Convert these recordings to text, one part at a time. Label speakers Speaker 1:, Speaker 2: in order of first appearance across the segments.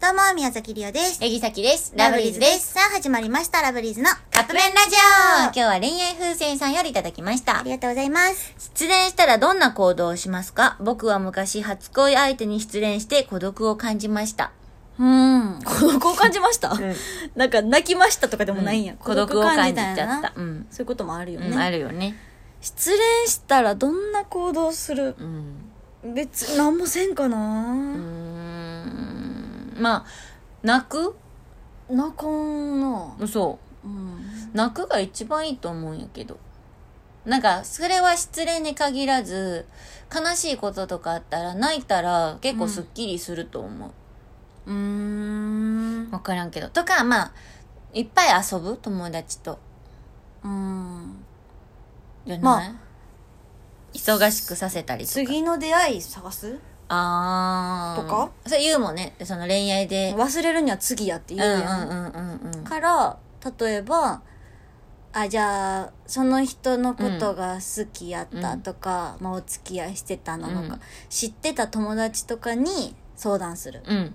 Speaker 1: どうも、宮崎りおです。
Speaker 2: えぎさきです。ラブリーズです。。
Speaker 1: さあ、始まりました、ラブリーズの
Speaker 2: カップ麺ラジオ今日は恋愛風船さんよりいただきまし
Speaker 1: あ
Speaker 2: た
Speaker 1: り。がとうございます。
Speaker 2: 失恋したらどんな行動をしますか僕は昔初恋相手に失恋して孤独を感じました。
Speaker 3: うーん。孤独を感じました、
Speaker 2: ん
Speaker 3: なんか泣きましたとかでもないんや。
Speaker 2: う孤独を感じちゃ
Speaker 3: んや
Speaker 2: っ
Speaker 3: な
Speaker 2: た。。うん。
Speaker 3: そういうこともあるよね、
Speaker 2: うんあるよね。
Speaker 3: 失恋したらどんな行動する
Speaker 2: うん。
Speaker 3: 別に何もせんか
Speaker 2: うー
Speaker 3: な、
Speaker 2: ん。まあ、泣く
Speaker 3: 泣かんな、
Speaker 2: そう。
Speaker 3: うん、
Speaker 2: 泣くが一番いいと思うんやけどなんかそれは失恋に限らず悲しいこととかあったら泣いたら結構すっきりすると思う、
Speaker 3: うーん
Speaker 2: 分からんけどとかまあいっぱい遊ぶ友達と
Speaker 3: うん
Speaker 2: じゃない、
Speaker 3: ま
Speaker 2: 忙しくさせたりとか
Speaker 3: 次の出会い探す
Speaker 2: あー
Speaker 3: とか
Speaker 2: それ言うもんねその恋愛で
Speaker 3: 忘れるには次やって
Speaker 2: う
Speaker 3: 言うやん,、
Speaker 2: んうんうんうんうん
Speaker 3: から例えばあじゃあその人のことが好きやったとか、まあ、お付き合いしてたのとか、
Speaker 2: うん
Speaker 3: 知ってた友達とかに相談する、
Speaker 2: うん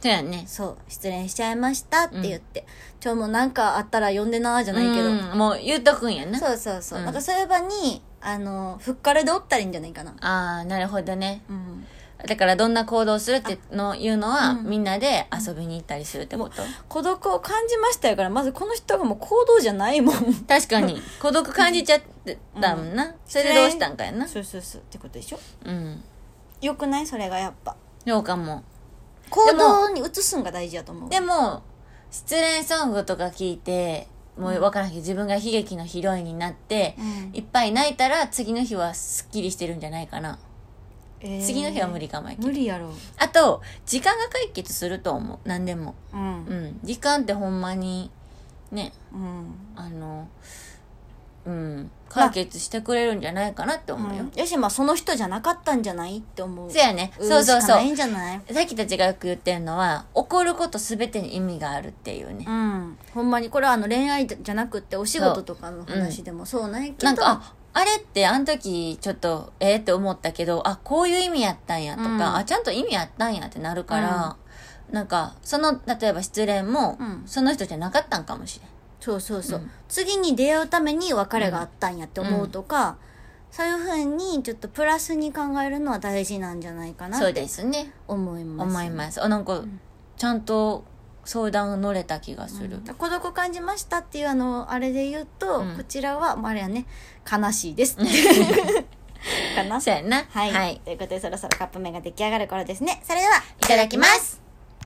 Speaker 2: そうやね
Speaker 3: そう失恋しちゃいましたって言って「今日もうなんかあったら呼んでな」じ
Speaker 2: じ
Speaker 3: ゃないけど、
Speaker 2: もう言っとくんやな
Speaker 3: そうそうそう、
Speaker 2: うん
Speaker 3: なんかそういう場にあのふっかれでおったらいいんじゃないかな
Speaker 2: ああなるほどね
Speaker 3: うん
Speaker 2: だからどんな行動をするってのいうのは、
Speaker 3: うん
Speaker 2: みんなで遊びに行ったりするってこと、
Speaker 3: 孤独を感じましたやからまずこの人がもう行動じゃないもん
Speaker 2: 確かに孤独感じちゃってたもんな、それでどうしたんかやな
Speaker 3: そうそうそうってことでしょ
Speaker 2: うん
Speaker 3: よくないそれがやっぱ
Speaker 2: そうかも
Speaker 3: 行動に移すんが大事やと思う
Speaker 2: でも失恋ソングとか聞いてもう分からんけど自分が悲劇のヒロインになって、
Speaker 3: うん
Speaker 2: いっぱい泣いたら次の日はすっきりしてるんじゃないかな、
Speaker 3: えー
Speaker 2: 次の日は無理かもやけど
Speaker 3: 無理やろ
Speaker 2: あと時間が解決すると思う何でも
Speaker 3: うん
Speaker 2: う、ん時間ってほんまにね
Speaker 3: うん
Speaker 2: あのうん解決してくれるんじゃないかなって思うよ、
Speaker 3: よしまあその人じゃなかったんじゃないって思う
Speaker 2: そうやね。そうそ
Speaker 3: し
Speaker 2: う
Speaker 3: か
Speaker 2: そ
Speaker 3: ないん
Speaker 2: う。
Speaker 3: じゃない
Speaker 2: さっきたちがよく言ってるのは、怒ることすべてに意味があるっていうね
Speaker 3: う。ん、ほんまにこれはあの恋愛じゃなくってお仕事とかの話でもそうないけど
Speaker 2: なんか、ああれってあの時ちょっと、えー、って思ったけど、あ、こういう意味やったんやとか、
Speaker 3: うん
Speaker 2: あ、ちゃんと意味やったんやってなるから、なんか、その、例えば失恋も、
Speaker 3: うん
Speaker 2: その人じゃなかったんかもしれん。
Speaker 3: そうそうそう、
Speaker 2: うん
Speaker 3: 次に出会うために別れがあったんやって思うとか、そういうふうにちょっとプラスに考えるのは大事なんじゃないかな
Speaker 2: そう
Speaker 3: っ
Speaker 2: で
Speaker 3: て
Speaker 2: すね。
Speaker 3: 思います
Speaker 2: 思います。あ、なんか、ちゃんと相談乗れた気がする。
Speaker 3: 孤独を感じましたっていうあのあれで言うと、
Speaker 2: うん
Speaker 3: こちらは、まあ、あれやね悲しいです かな
Speaker 2: そうやな。
Speaker 3: はい、ということでそろそろカップ麺が出来上がる頃ですね
Speaker 1: それでは、
Speaker 2: いただきます。